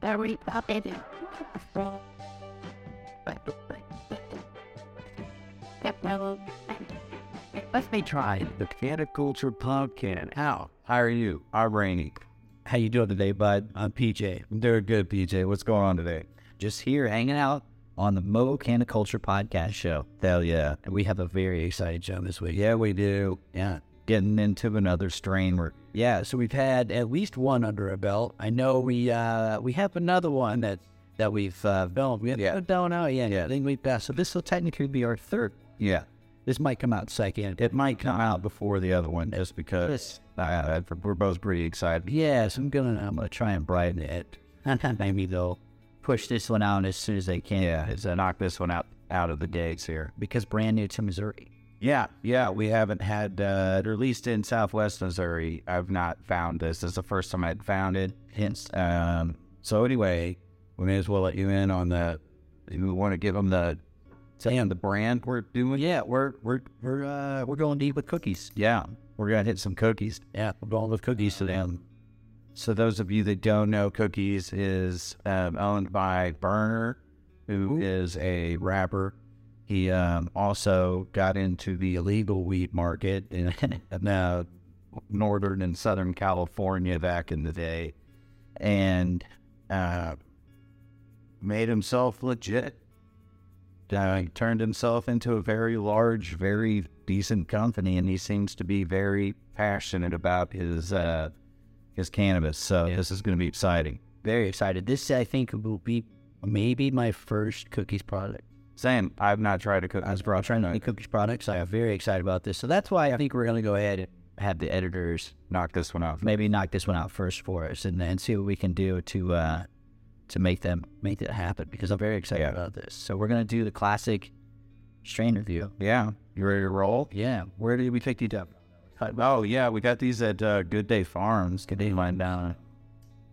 Very updated. Let me try the Caniculture Podcast. How? How are you? I'm Rainy. How you doing today, bud? I'm PJ. I'm doing good, PJ. What's going on today? Just here hanging out on the Mo Canna Culture Podcast Show. Hell yeah. And we have a very exciting show this week. Yeah, we do. Yeah. Getting into another strain. We're, Yeah, so we've had at least one under a belt. I know we uh we have another one that that we've uh filmed. We haven't Yeah. done out yet. Yeah. I think we've passed. So this will technically be our third. yeah. This might come out second. It might come out before the other one just because uh, we're both pretty excited. Yes, I'm gonna I'm gonna try and brighten it. Maybe they'll Push this one out as soon as they can. Yeah, so knock this one out out of the gates here. because brand new to Missouri. Yeah, yeah, we haven't had, uh, or at least in Southwest Missouri, I've not found this. This is the first time I'd found it. Hence, um, so anyway, we may as well let you in on the. We want to give them the, damn the brand we're doing. Yeah, we're we're we're uh, we're going deep with cookies. Yeah, we're gonna hit some cookies. Yeah, we're going with cookies today. Um, So those of you that don't know, Cookies is um, owned by Burner, who is a rapper. He um, also got into the illegal weed market in, in uh, northern and southern California back in the day, and uh, made himself legit. Uh, he turned himself into a very large, very decent company, and he seems to be very passionate about his. Uh, is cannabis. So this is going to be exciting. very excited. This I think will be maybe my first cookies product. Sam, I've not tried to cook. I was brought trying Any to cookies products. I am very excited about this. So that's why I think we're gonna go ahead and have the editors knock this one off. maybe knock this one out first for us and then see what we can do to uh to make them make that happen because I'm very excited Yeah. about this. So we're gonna do the classic strain review. Yeah, you ready to roll? Yeah. Where did we pick these up? Oh yeah, we got these at uh, Good Day Farms. Good Day Farm down in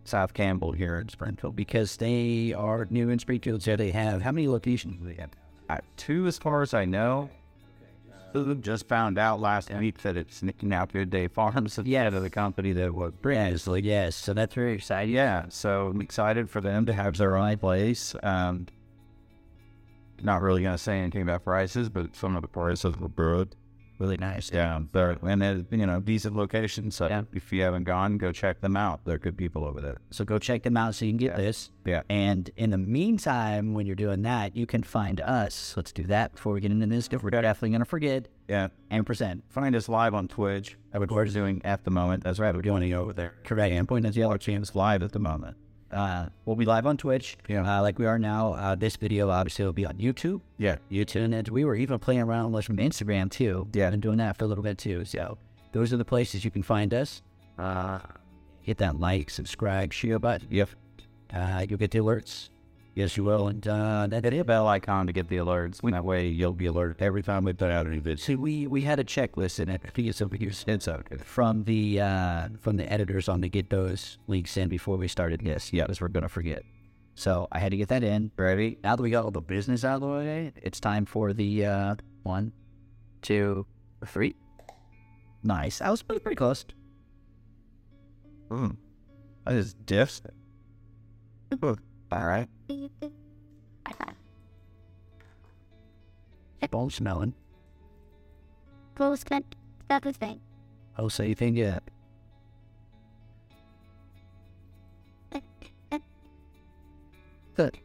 South Campbell here in Springfield. Because they are new in Springfield, so they have how many locations do they have? Uh, two, as far as I know. Just found out last week that it's now Good Day Farms. Yeah. to the company that was Previously, yes. So that's very exciting. yeah, so I'm excited for them to have their own place. Um, not really going to say anything about prices, but some of the prices were good. Really nice. Yeah, they're and they're you know decent location. So Yeah. if you haven't gone, go check them out. They're good people over there. So go check them out so you can get Yeah. this. Yeah. And in the meantime, when you're doing that, you can find us. Let's do that before we get into this. 'cause We're definitely going to forget Yeah, and present. find us live on Twitch. I would we're doing at the moment. That's right, we're doing it over there. Correct. And point at the other chance. It's live at the moment. Uh, we'll be live on Twitch, Yeah. uh, like we are now. Uh, this video obviously will be on YouTube. Yeah, YouTube, and we were even playing around with some Instagram too. Yeah. been doing that for a little bit too. So those are the places you can find us. Uh, hit that like, subscribe, share button. yep. Uh, you'll get the alerts. Yes, you will. And uh, that's Hit the it. bell icon to get the alerts. That way you'll be alerted every time we put out a new video. See, we we had a checklist in it. I think it's over here It's okay. from the uh, from the editors on to get those links in before we started this. Yeah. because we're gonna forget. So I had to get that in. Ready? Now that we got all the business out of the way, it's time for the uh, one, two, three. Nice. I was pretty, pretty close. Mm. I just diffs. All right. Bone smelling. Close that that was thing. Oh, so you think yeah? Good.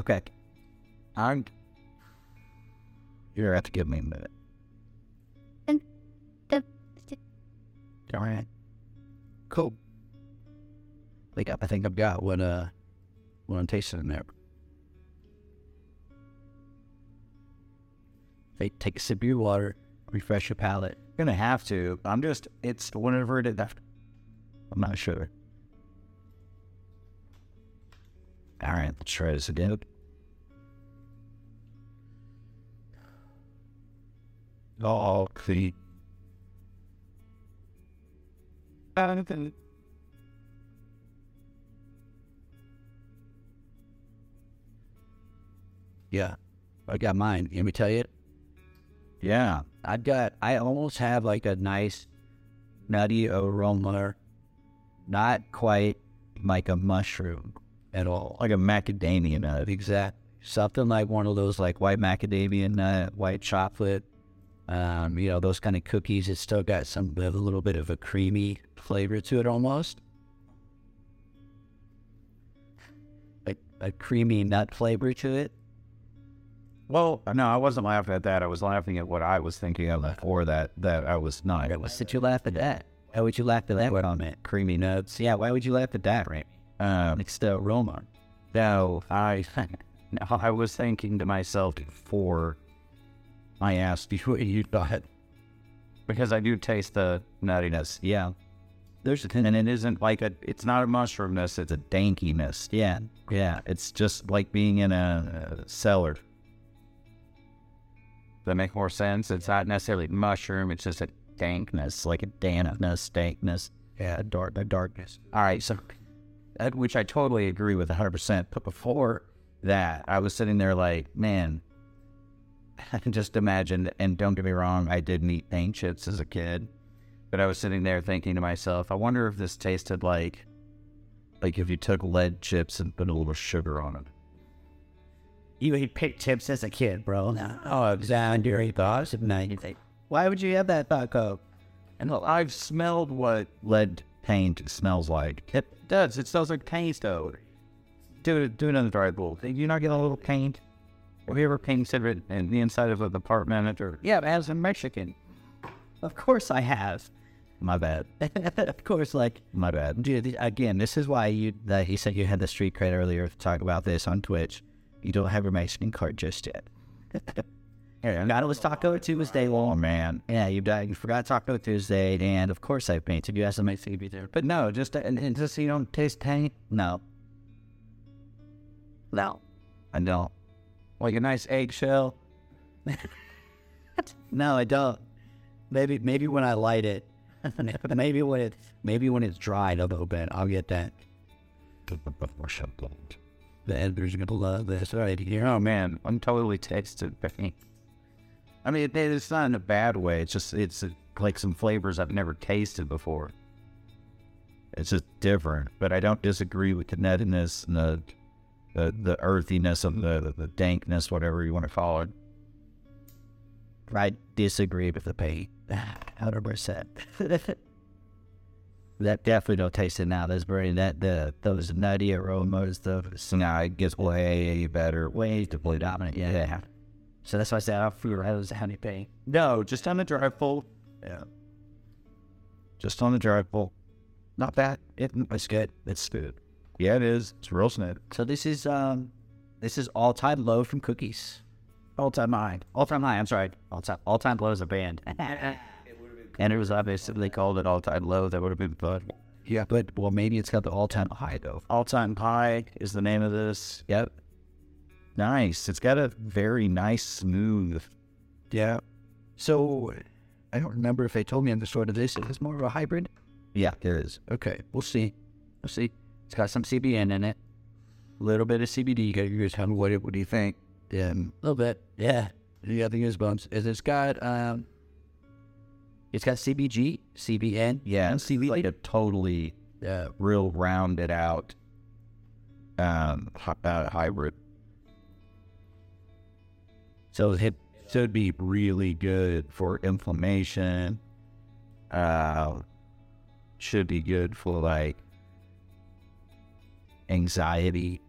Okay. I'm. You're gonna have to give me a minute. All right. Cool. Like I think I've got what uh what I'm tasting in there. They take a sip of your water, refresh your palate. You're gonna have to. I'm just. It's whenever it. I'm not sure. All right, let's try this again. Oh, see. Jonathan. Yeah. I got mine. Let me tell you, Yeah. I've got, I almost have like a nice nutty aroma, not quite like a mushroom at all. Like a macadamia nut. Exact. Something like one of those like white macadamia nut, white chocolate, um, you know, those kind of cookies. It's still got some a little bit of a creamy flavor to it almost. A, a creamy nut flavor to it. Well, no, I wasn't laughing at that. I was laughing at what I was thinking of before that. That I was not. Why did you laugh at that? Why would you laugh at that comment? Creamy nuts. Yeah, why would you laugh at that, Ramy? Um, It's the aroma. no, I, no, I was thinking to myself before I asked you what you thought, because I do taste the nuttiness. Yeah. There's a and it isn't like a. It's not a mushroomness. It's a dankiness. Yeah. Yeah, it's just like being in a, a cellar. Does that make more sense? It's not necessarily mushroom. It's just a dankness, like a dankness, dankness. Yeah. a dark, a darkness. All right, so that- which I totally agree with 100. percent But before that, I was sitting there like, man, I can just imagine. And don't get me wrong, I didn't eat paint chips as a kid, but I was sitting there thinking to myself, I wonder if this tasted like, like if you took lead chips and put a little sugar on it. You ate pig chips as a kid, bro. No. Oh, Alexander, thoughts of night. Why would you have that thought, Coke? And look, I've smelled what lead paint smells like. It does. It smells like paint odor. Do do another dry bull. Do you not get a little paint? Have you ever painted it in the inside of an apartment or? Yeah, as a Mexican. Of course I have. My bad. of course, like, My bad. dude, th- again, this is why you, that you said you had the street cred earlier to talk about this on Twitch. You don't have your Mexican card just yet. Hey, Got it was Taco Tuesday oh long. man. Yeah, you died. You forgot Taco Tuesday, and of course I painted. You asked the Mexican be there, But no, just and, and just so you don't taste paint. no, no, I don't. Like a nice eggshell. no, I don't. Maybe maybe when I light it, maybe when it maybe when it's dried a little bit, I'll get that. The editor's gonna love this right here. Oh man, I'm totally tasted paint. I mean, it, it's not in a bad way. It's just it's uh, like some flavors I've never tasted before. It's just different, but I don't disagree with the nuttiness and the the, the earthiness of the, the the dankness, whatever you want to call it. I disagree with the paint, hundred percent. That definitely don't taste it now. That's very that the those nutty aromas, those Nah, it gets way better. way to blue dominant. Yeah. Yeah. So that's why I said I flew right as a honey paint. No, just on the dry pull. Yeah. Just on the dry pull. Not bad. It, It's good. it's good. Yeah, it is. It's real snip. So this is um, this is all time low from cookies. All time high. All time high. I'm sorry. All time all time low is a band, and it was obviously called an all time low. That would have been fun. Yeah, but well, maybe it's got the all time high though. All Time Pie is the name of this. Yep. Nice. It's got a very nice, smooth. Yeah. So I don't remember if they told me on the sort of this. Is this more of a hybrid? Yeah, there is. Okay, we'll see. We'll see. It's got some CBN in it. A little bit of CBD. You gotta- You guys tell me what, it- what do you think? Yeah, a little bit. Yeah, you got the goosebumps. Is it's got um, it's got CBG, CBN. Yeah, and it's like a totally Yeah, real rounded out um, hy- uh, hybrid. so hip. So it'd be really good for inflammation. Uh, should be good for like anxiety.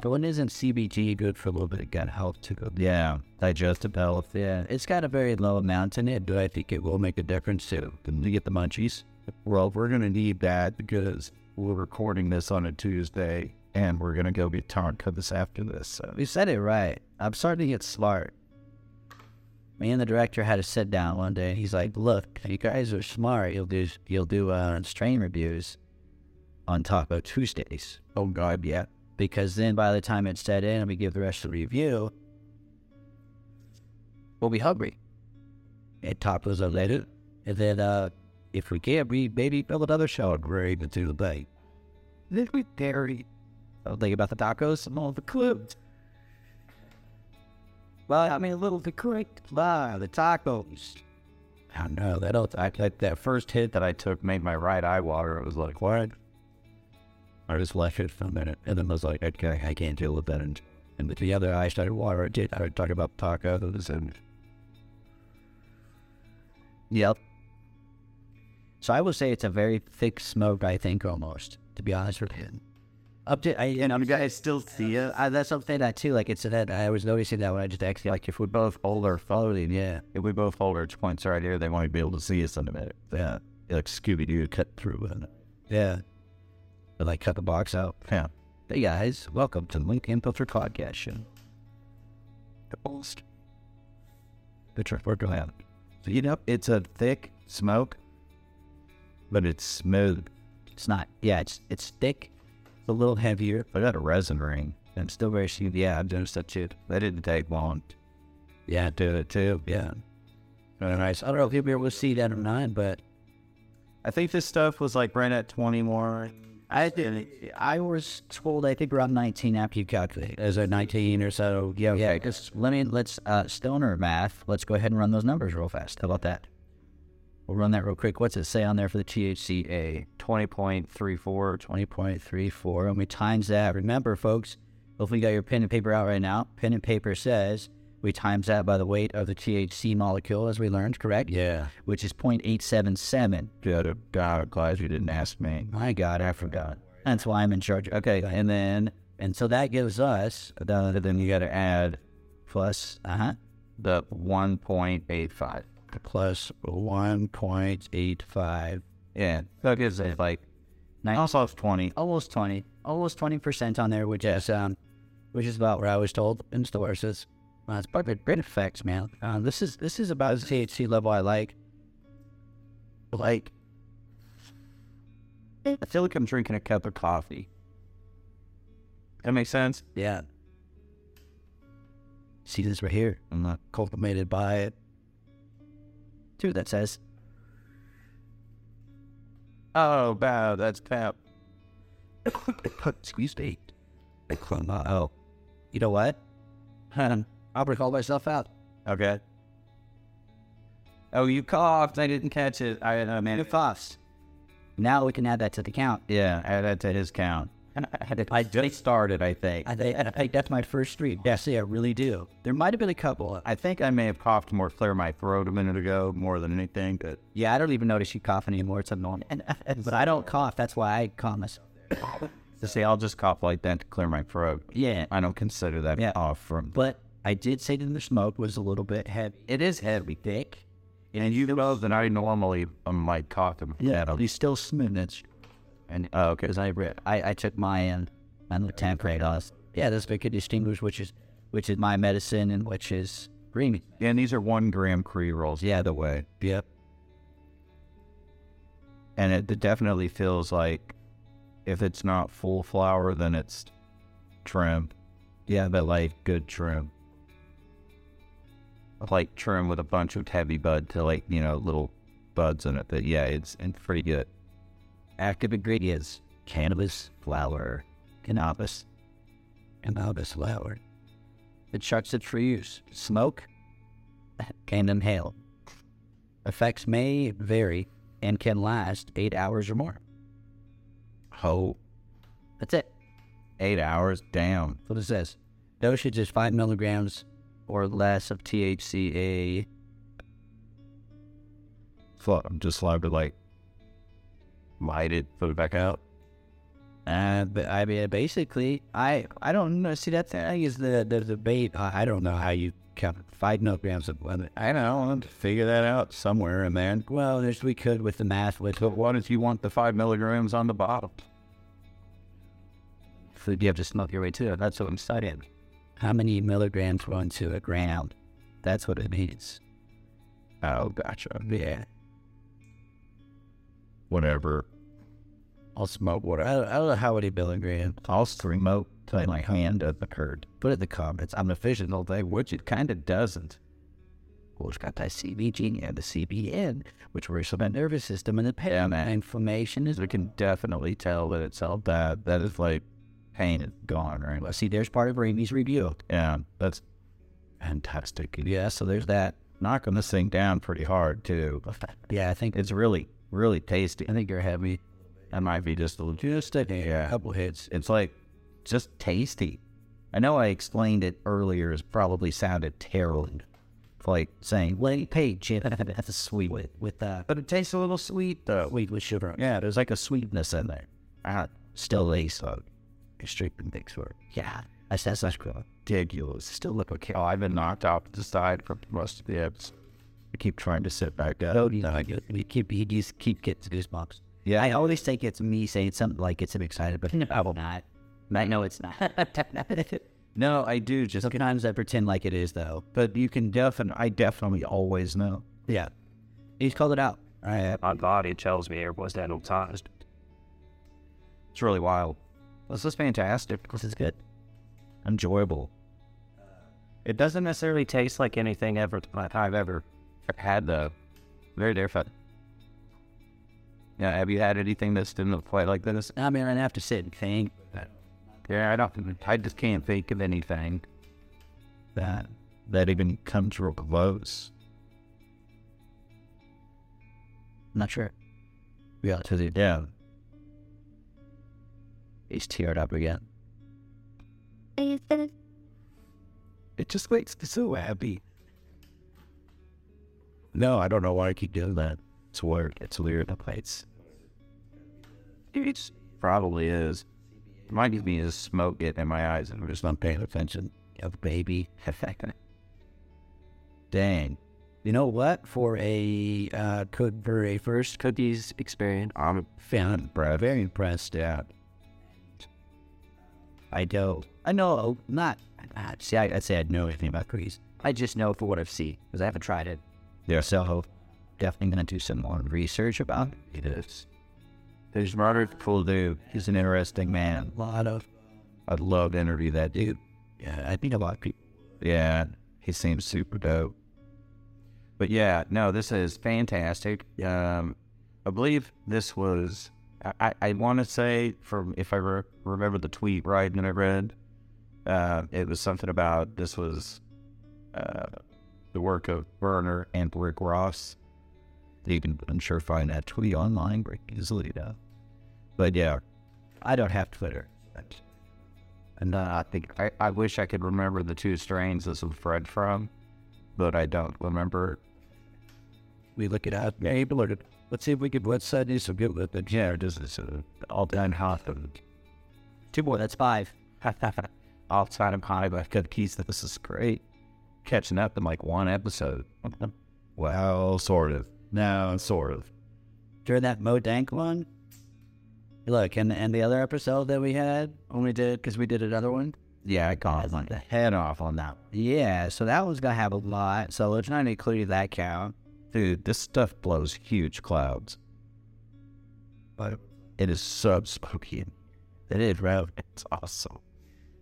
But when isn't CBG good for a little bit of gut health to go? Yeah, digestive health. Yeah, it's got a very low amount in it, but I think it will make a difference too. to get the munchies. Well, we're gonna need that because we're recording this on a Tuesday, and we're gonna go get tacos after this. So You said it right. I'm starting to get smart. Me and the director had a sit down one day. He's like, "Look, you guys are smart. You'll do you'll do uh, strain reviews on Taco Tuesdays oh god, yeah, because then by the time it's set in and we give the rest of the review, we'll be hungry. And tacos are later. And then uh, if we can, we maybe build another show and we're able to the bay. Then we dairy. I'll think about the tacos and all the clues. Well, I mean, a little the correct bar, the tacos. I don't know. That old, I, that, that first hit that I took made my right eye water. It was like, what? I just left it for a minute. And then I was like, okay, I can't deal with that. And, and the other eye started water. It did. I started talking about tacos and. Yep. So I would say it's a very thick smoke, I think, almost, to be honest with you. Up to, I, and I'm guys still see it. I, that's something that too. Like it's that I was noticing that when I just actually like if we both hold our floating, yeah, If we both hold our points right here, they won't be able to see us in a minute. yeah, Like Scooby Doo cut through. And, yeah. But like cut the box out. yeah. Hey guys, welcome to the LinkedIn Filter Podcast Show. The most- The trip we're going on. So, you know, it's a thick smoke, but it's smooth. It's not. Yeah, it's it's thick, it's a little heavier. I got a resin ring. I'm still very smooth. Yeah, I've noticed that too. That didn't take long. Yeah, I did it too. Yeah. All right. So I don't know if you'll be able to see that or not, but I think this stuff was like right at 20 more. I did. I was told I think around 19 after you calculate. As a 19 or so. Yeah. Yeah. Because let me let's uh, stoner math. Let's go ahead and run those numbers real fast. How about that? We'll run that real quick. What's it say on there for the THCA? 20.34. 20.34. And we times that. Remember, folks, if we got your pen and paper out right now, pen and paper says we times that by the weight of the THC molecule, as we learned, correct? Yeah. Which is 0.877. Good. God, glad you didn't ask me. My God, I forgot. That's why I'm in charge. Okay, and then and so that gives us the, Then you got to add plus uh huh the 1.85. plus one point eight five. Yeah. That gives it like, Nine- also it's 20. almost 20 almost 20% on there which is um which is about what i was told in stores it's well, it's probably great effects man uh, this is this is about the thc level i like like I feel like I'm drinking a cup of coffee. That makes sense? yeah see this right here I'm not. cultivated by it dude that says Oh, wow. That's pep. excuse me oh you know what i'll recall myself out Okay. Oh, you coughed. I didn't catch it. I uh, man. fast now we can add that to the count Yeah, add that to his count. I just started, I think. I think, I think that's my first stream. Yeah, see, I really do. There might have been a couple. I think I may have coughed more, clear my throat a minute ago more than anything. But Yeah, I don't even notice you cough anymore. It's abnormal. but I don't cough. That's why I cough myself. to say I'll just cough like that to clear my throat, Yeah. I don't consider that Yeah. cough from. But I did say that the smoke was a little bit heavy. It is heavy. Thick. And you know that I normally um, like coughing. Yeah, he's still smooth. And, oh, okay. Because I, re- I I took my and and the temperate us. Yeah, this we could distinguish which is which is my medicine and which is green. And these are one gram Cree rolls. Yeah, the way. Yep. and it, it definitely feels like if it's not full flower, then it's trim. Yeah, but like good trim, like trim with a bunch of heavy bud to like you know little buds in it. But yeah, it's it's pretty good. Active ingredients: cannabis flower, cannabis, cannabis flower. Instructed for use: smoke, can inhale. Effects may vary and can last eight hours or more. Oh, That's it. eight hours down. That's what it says. Dosage is five milligrams or less of THCA. Fuck, I'm just allowed to like light it, put it back out. Uh, but I mean, basically, I I don't know. See, that's I guess the the debate. I, I don't know how you count five milligrams of. I know. I'll have to figure that out somewhere, and then. Well, there's we could with the math with But what if you want the five milligrams on the bottom? food you have to smoke your way to. it. That's what I'm studying. How many milligrams go into a gram? That's what it means. Oh, gotcha. Yeah. Whatever. I'll smoke water. I don't, I don't know how many milligrams. I'll stream out till my hand at the curd. Put it in the comments. I'm efficient all day, which it kind of doesn't. Well, it's got that CBG and the CBN, which works on the nervous system and the pain. man. Inflammation is. You can definitely tell that it's all bad. That is like pain is gone, right? Well, see, there's part of Raimi's review. Yeah, that's fantastic. Yeah, so there's that. Knocking this thing down pretty hard too. Yeah, I think It's really, really tasty. I think you're heavy. That might be just a little. Just a Yeah. couple hits. It's like just tasty. I know I explained it earlier. It probably sounded terrible. It's like saying late page, That's a sweet with with uh, but it tastes a little sweet though. sweet with sugar. Yeah, there's like a sweetness in there. Ah, still tastes so Stripping things for. yeah, I said that's cool. ridiculous. Still look okay. Oh, I've been knocked off to the side for most of the episode. I keep trying to sit back up. Oh, no, you, you keep you just keep getting goosebumps. Yeah. I always think it's me saying something like it's I'm excited, but no, I will not. I know it's not. No, I do just, Sometimes I pretend like it is though. but you can definitely, I definitely always know. Yeah, he's called it out. All right, My body tells me it was hypnotized. It's really wild. This is fantastic. this is good. Enjoyable. It doesn't necessarily Tastes like anything ever like I've ever had though. Very different. Yeah, have you had anything that's didn't quite like this? I mean, I have to sit and think. Yeah, I don't. I just can't think of anything that that even comes real close. not sure. Yeah, To the yeah, he's teared up again. Is this it just makes me so happy. No, I don't know why I keep doing that. It's weird. It's weird. It's it's probably is. It might even be just smoke getting in my eyes, and I'm just not paying attention. Of baby. Dang, You know what? For a uh, cook for a first cookies experience. I'm fan, Brad. very impressed. Yeah, I don't. I know not. I, see, I, I'd say I know anything about cookies. I just know for what I've seen because I haven't tried it. yeah. So definitely gonna do some more research about it. Is There's Robert Puldu. He's an interesting man. a lot of I'd love to interview that dude. yeah. I think a lot of people. Yeah, he seems super dope. But yeah, no, this is fantastic. Um, I believe this was. I, I, I want to say from if I re- remember the tweet right that I read, uh, it was something about this was uh, the work of Werner and Rick Ross. You can, I'm sure, find that tweet online very easily. Though. But yeah, I don't have Twitter. and uh, I think I, I wish I could remember the two strains this was bred from, but I don't remember. We look it up. Hey, Blurted. Let's see if we could. What's uh, do some good with it? Yeah, this is uh, all time hot. Two more. That's five. all time high by cookies. This is great. Catching up in like one episode. well, sort of. No, sort of. during that Mo Dank one. Look, and and the other episode that we had when we did because we did another one. Yeah, I got That's like like the that. head off on that. Yeah, so that one's gonna have a lot. So it's not included that count. Dude, this stuff blows huge clouds. But it is so smoky. It is rough. It's awesome.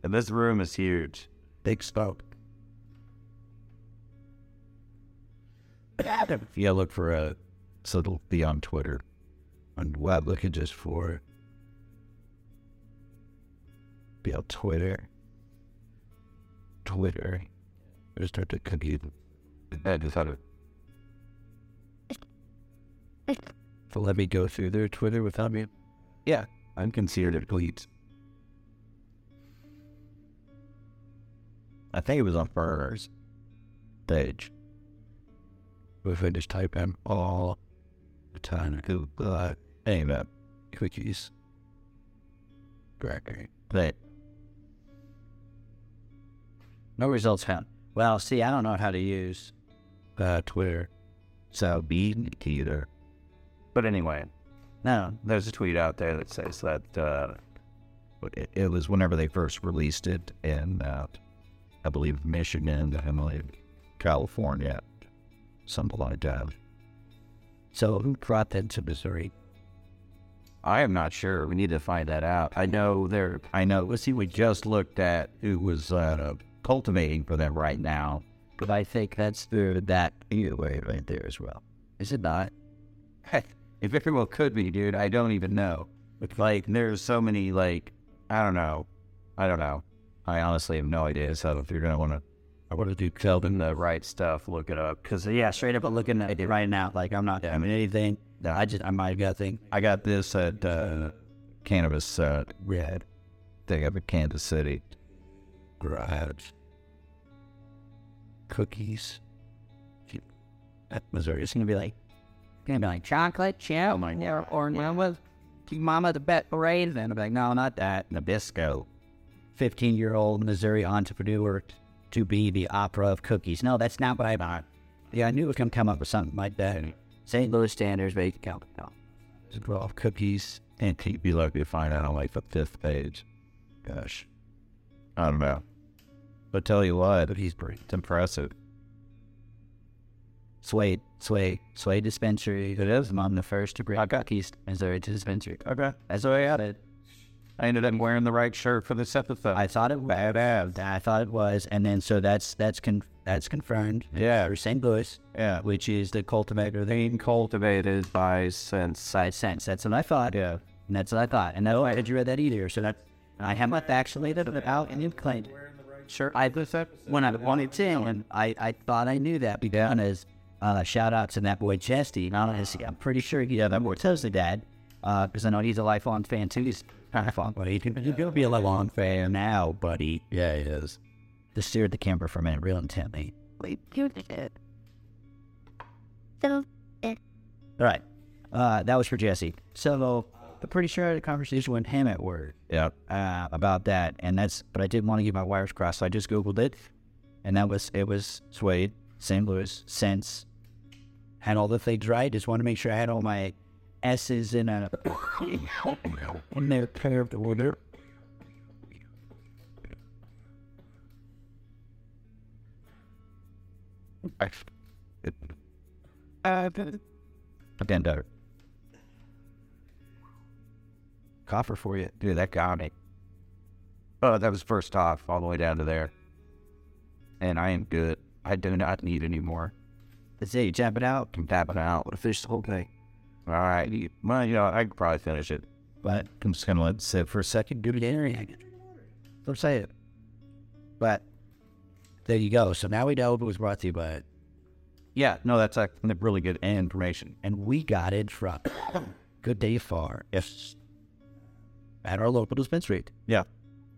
And this room is huge. Big smoke. Yeah, look for a. So it'll be on Twitter. And what looking just for? Be on Twitter. Twitter. I just start to compute. I just had a To let me go through their Twitter without me. Yeah. I'm considered a complete. I think it was on Burner's page. If I just type in all the time, Google uh, Ain't that cookies. Gregory. that No results found. Well, see, I don't know how to use uh, Twitter. so be either. But anyway, No, There's a tweet out there that says that uh, but it, it was whenever they first released it in, uh, I believe, Michigan, I believe, California, something like that. So who brought that to Missouri? I am not sure. We need to find that out. I know there. I know. Let's see. We just looked at who was uh, cultivating for them right now, But I think that's through that way right there as well. Is it not? it very well could be, dude. I don't even know. But like, there's so many like, I don't know, I don't know. I honestly have no idea. So if you're gonna want to, I want to do Kelvin. the right stuff. Look it up because yeah, straight up. But looking at it right now, like I'm not having anything. I just I might have got thing. I got this at uh, cannabis uh, Red thing up in Kansas City. garage cookies. At Missouri, it's gonna be like gonna be like chocolate chip. Oh my god! Or yeah. with keep mama the bet parade. And I'm like, no, not that. Nabisco. 15 year old Missouri entrepreneur to be the opera of cookies. No, that's not what I bought. Yeah, I knew it was going to come up with something like that. St. Louis standards, but you can count it out. Just grow off cookies. And keep be lucky to find out on like the fifth page. Gosh, I don't know. But tell you what, But he's pretty. it's impressive. Sway, Sway, Sway Dispensary. It is. I'm the first to bring cookies to Missouri to dispensary. Okay, That's what I got it. I ended up wearing the right shirt for this episode. I thought it was. Badass. I thought it was. And then, so that's that's con- that's confirmed. Yeah. For St. Louis, yeah, which is the cultivator. They Cultivated by since by sense. That's what I thought. yeah. And that's what I thought. And no, I had you read that either. So that I haven't actually that out and claimed. Sure, I when I wanted to, and I, I thought I knew that because uh, shout out to that boy Chesty. And honestly, I'm pretty sure he yeah, that boy tells the dad because I know he's a lifelong fan too. He's lifelong, but he, he'll be a lifelong fan now, buddy. Yeah, it is. Just stare at the camera for a minute, real intently. So, eh, All right, uh, that was for Jesse. So I'm pretty sure I had a conversation with him at work. Yeah. uh, about that, and that's. But I didn't want to get my wires crossed, so I just googled it, and that was it was suede, St. Louis, cents, had all the things right. Just wanted to make sure I had all my s's in a in their curved order. I, it, uh, Dendo. Coffer for you. Dude, that got me. Oh, that was first off, all the way down to there. And I am good. I do not need any more. That's it. You tap it out. I'm tapping out. to finish the whole thing. All right. you- Well, you know, I could probably finish it. But I'm just going to let it sit for a second. do it anyway. Don't say it. But there you go. So now we know it was brought to you by, Yeah, no, that's a really good information. and we got it from Good Day Far. Yes. At our local dispensary. Yeah.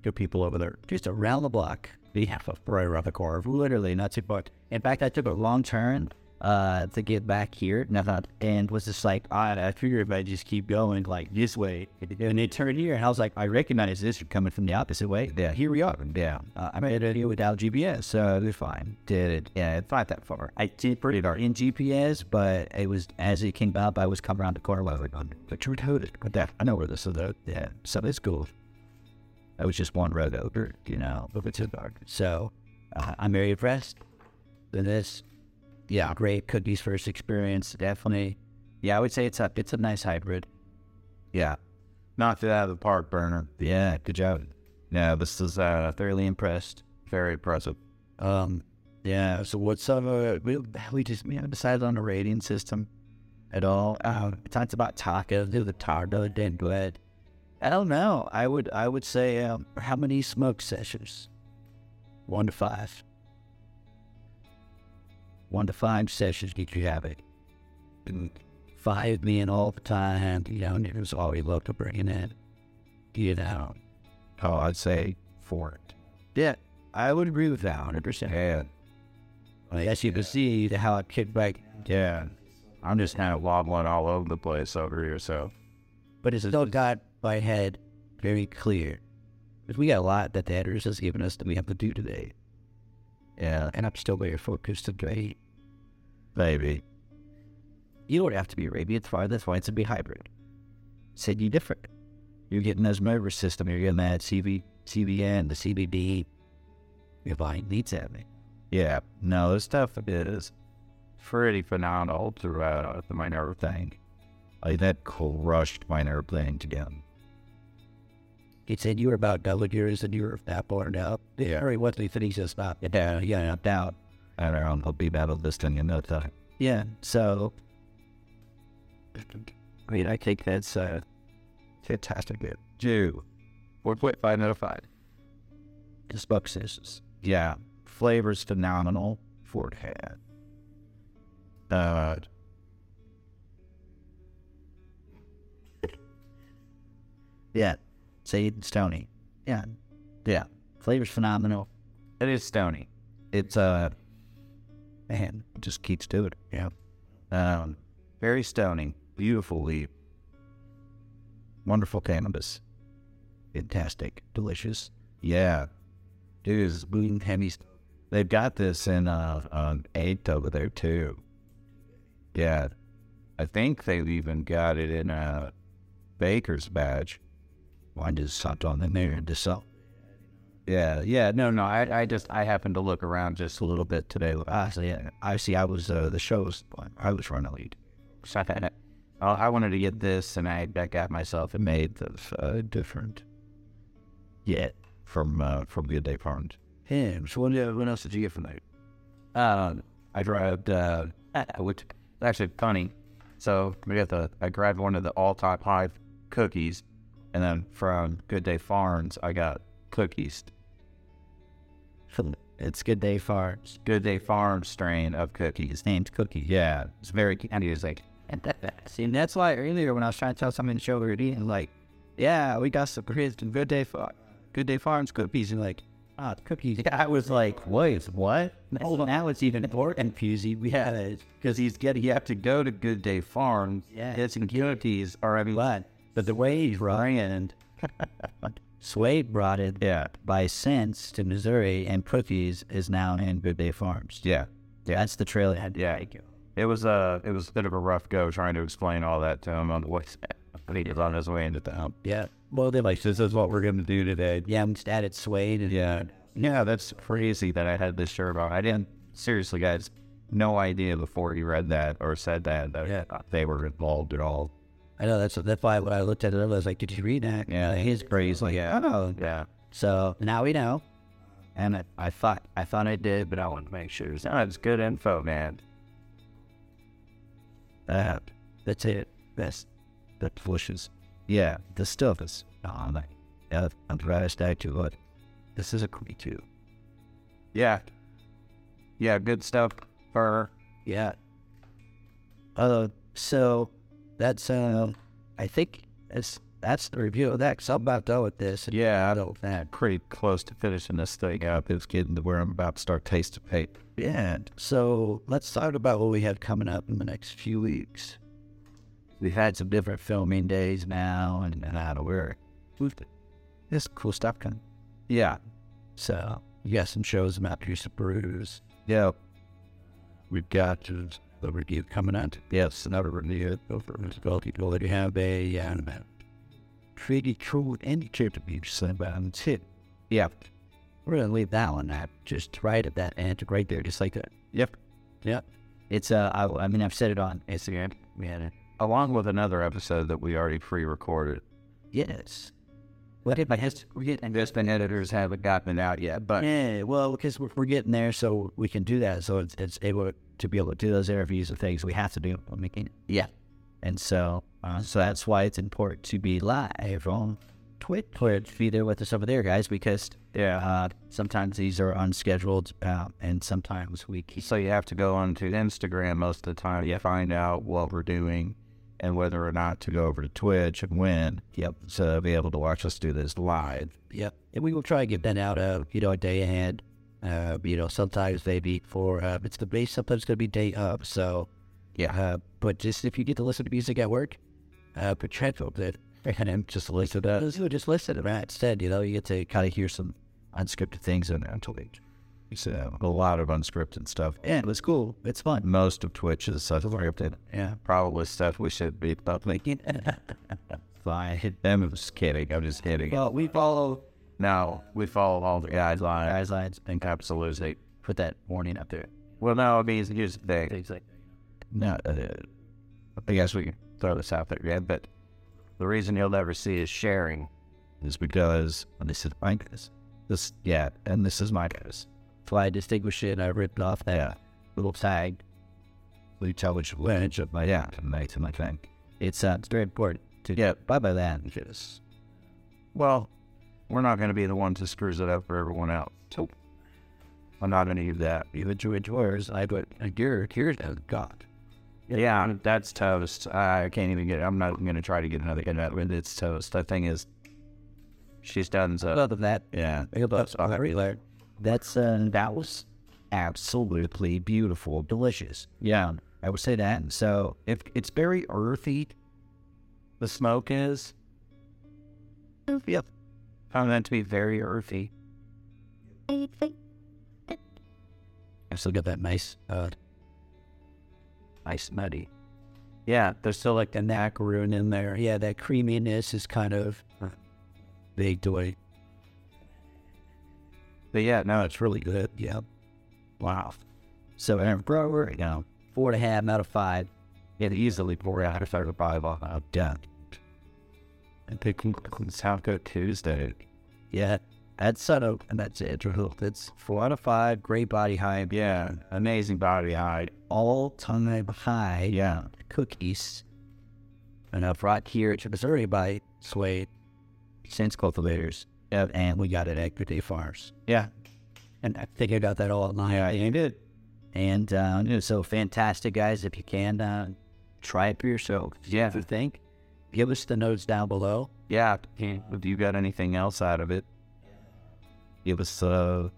Good people over there. just around the block. We have a right around the corner, literally not too far. In fact, I took a long turn uh, to get back here, and I thought, and was just like, "Ah, I, I figure if I just keep going like this way, and it turned here, and I was like, I recognize this coming from the opposite way. Yeah, here we are. Yeah. Uh, I made it here without GPS, so they're fine. Did it. Yeah, it's not that far. I did pretty dark in GPS, but it was as it came up, I was coming around the corner. I was like, I'm like, you're retarded. But that, I know where this is. Though. Yeah, Sunday school. That was just one road over, you know, over to dark. So uh, I'm very impressed with this. Yeah, great cookies first experience. Definitely. Yeah, I would say it's a it's a nice hybrid. Yeah. Knocked it out of the park, Burner. Yeah, good job. Yeah, this is uh, Thoroughly impressed. very impressive. Um, yeah. So what's up? Uh, we, we just we haven't decided on a rating system at all. Uh, we talked about tacos. Do the taco didn't go ahead. I don't know. I would I would say um, how many smoke sessions? One to five. One to five sessions did you have it? And five being all the time, you know, and it was all we loved to bring in. You know. Oh, I'd say four. Yeah, I would agree with that 100%. Yeah, Well, as you can see, how it kicked back. yeah. I'm just kind of wobbling all over the place over here. So But it's still got my head very clear. Because we got a lot that the editors has given us that we have to do today. yeah, And I'm still very focused today. baby. You don't have to be Arabian far. That's why it's a be hybrid. Said you different. You're getting this nervous system. You're getting that CB, CBN, the CBD. Your body needs that. man. Yeah, no, this stuff is pretty phenomenal throughout uh, the minor thing. Like that crushed minor thing again. It said you were about double years and you were that born out. Yeah. Or what they said, he says, not, yeah, yeah, doubt. I don't know. I'll be battle listing another time. Yeah. So Wait, I think that's uh, fantastic. Dude. Jew. Four point five out of five. Just buck sessions. Yeah. Flavor's phenomenal. Ford had. Uh Yeah. Say it's stony. Yeah. Yeah. Flavor's phenomenal. It is stony. It's uh man, it just keeps doing it. Yeah. Um very stony. Beautiful leaf. Wonderful cannabis. Fantastic. Delicious. Yeah. Dude, it's boom heavy. st- They've got this in uh, uh, eight over there too. Yeah. I think they've even got it in a baker's badge. Well, I just hopped on in there to sell. Yeah, yeah, no, no. I, I just I happened to look around just a little bit today. I see, I see. I was uh, the show's. I was running lead. So I, had- I I wanted to get this, and I, I got myself a made that's uh, different. Yeah, from uh, from Good Day Farms. Yeah. So what, uh, what else did you get from there? Uh, I grabbed uh, which actually funny. So we got the I grabbed one of the all time high cookies, and then from Good Day Farms I got cookies. It's Good Day Farms. Good Day Farm strain of cookies. Named Cookie. Yeah, it's very candy. It's like And that, that- see, and that's why earlier when I was trying to tell someone to show we were eating, like, yeah, we got some cookies from Good Day Far- Good Day Farms cookies, and like, ah, the cookies. Yeah, I was like, wait, what? Hold on. Now it's even more confusing. We had it. because he's getting you have to go to Good Day Farms. Yeah. his cookies are I mean, But, but the way he's ran, Suede brought it yeah, by sense to Missouri, and cookies is now in Good Day Farms. yeah. That's the trail it had to Yeah. take you. It was a it was a bit of a rough go trying to explain all that to him on the way. But he was on his way into town. Yeah. Well, they like this is what we're gonna do today. Yeah, we just added Suede. And, Yeah, yeah. That's crazy that I had this shirt on. I didn't seriously, guys. No idea before he read that or said that that Yeah. they were involved at all. I know that's that's why when I looked at it, I was like, "Did you read that?" Yeah. like, his praise, like, Yeah. "Oh, yeah. so now we know." And I, I thought I thought I did, but I wanted to make sure. No, it's good info, man. That that's it. That's the bushes. Yeah, the stuff is oh, on like yeah, I'm glad I to what this is a creepy too. Yeah. Yeah, good stuff for yeah. Uh, so that's um, I think that's that's the review of that. Cause I'm about done with this. Yeah, I don't that. pretty close to finishing this thing up. It's getting to where I'm about to start tasting paint. Yeah. So let's talk about what we have coming up in the next few weeks. We've had some different filming days now, and, and out of work. We've this cool stuff coming. Yeah. So you got some shows about your brews. Yeah. We've got to- the review coming out. Yes, another review. Over well, you already have a uh, um, Pretty cool indie trip to be just about and tip. Yep. We're gonna leave that one out just right at that end, right there, just like that. Yep. Yep. It's uh I, I mean I've said it on Instagram. we had it. Along with another episode that we already pre recorded. Yes. What did my head we're getting Investment editors haven't gotten it out yet, but Yeah, well, because we're, we're getting there, so we can do that. So it's, it's able to be able to do those interviews and things we have to do on making. Yeah, and so uh, so that's why it's important to be live on Twitch. Twitch, be there with us over there, guys, because yeah. uh, sometimes these are unscheduled, uh, and sometimes we keep. So you have to go onto Instagram most of the time to find out what we're doing and whether or not to go over to Twitch and when. Yep. So be able to watch us do this live. Yep, and we will try to get that out. Uh, you know, a day ahead. Uh, you know, sometimes maybe for uh, it's the base. Sometimes going to be day up. So Yeah. Uh, but just if you get to listen to music at work, uh, put headphones in and then just listen to us. You just listen to that instead. You know, you get to kind of hear some unscripted things and On Twitch. So a lot of unscripted stuff. yeah, it was cool. It's fun. Most of Twitch is unscripted. Yeah. Probably stuff we should be publishing. Fine. Hit them. I'm just kidding. I'm just kidding. Well, we follow no, we follow all the guidelines. guidelines and Absolutely. put that warning up there. Well, no, I mean, here's the thing. Things like No, uh, I guess we can throw this out there again, but the reason he'll never see is sharing is because and this is my case. This yeah, and this is my case. So I distinguished it and I ripped off that little tag. We tell which Which, but yeah, Right, my thing. It's, uh, it's very important to Yeah. buy by that. Well, we're not going to be the ones who screws it up for everyone else. So I'm not going to do that. You enjoy yours. I would endure tears of God. Yeah, that's toast. I can't even get. I'm not even going to try to get another get out of it. It's toast. The thing is, she's done. So Other than that, yeah, that's Oh, all I learned. That's uh, that was absolutely beautiful, delicious. Yeah, I would say that. And So if it's very earthy, the smoke is. Yep, found that to be very earthy. Anything? I still got that nice, uh, Nice muddy. Yeah, there's still like the macaroon in there. Yeah, that creaminess is kind of baked away. But yeah, no, it's It's really good. Yeah, wow. So Aaron Brower, you know, four and a half out of five. It easily pour out if I were to buy one. I'm done. I pick Soundco Tuesday. Yeah, that's son of, and that's it. That's four out of five. Great body hype. Yeah, amazing body hide. all time high Yeah. cookies. And I've brought here to Missouri by Suede Sense Cultivators. Yep. And we got it at Good Day Farms. Yeah. And I think I got that all online. Yeah, you did. And uh, it was so fantastic, guys. If you can, uh, try it for yourself. Yeah. If you think, give us the notes down below. Yeah. If you got anything else out of it, give us a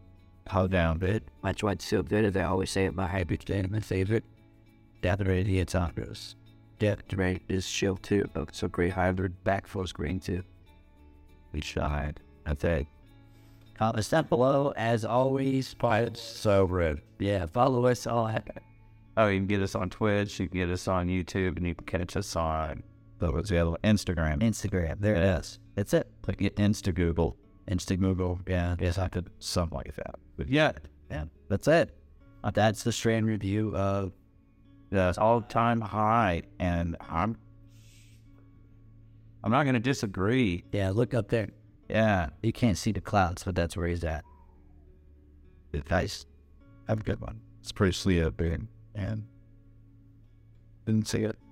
how down bit. that's why it's so good as I always say it my Happy gentlemen, favorite. Death Radio Tacos. Death Right, is chill too, but so great hybrid back for green too. We tried. That's it. Comment down below, as always. Pilots so rude. Yeah, follow us all at Oh, you can get us on Twitch. You can get us on YouTube, and you can catch us on what was the other one? Instagram. Instagram. There it is. That's it. Like Insta Google. Insta Google. Yeah. Yes, I could something like that. But yeah, yeah. That's it. Uh, That's the strand review of that's all time high, and I'm I'm not gonna disagree. Yeah, look up there. Yeah. You can't see the clouds, but that's where he's at. Nice. Have a good one. It's pretty sleepy and didn't see it.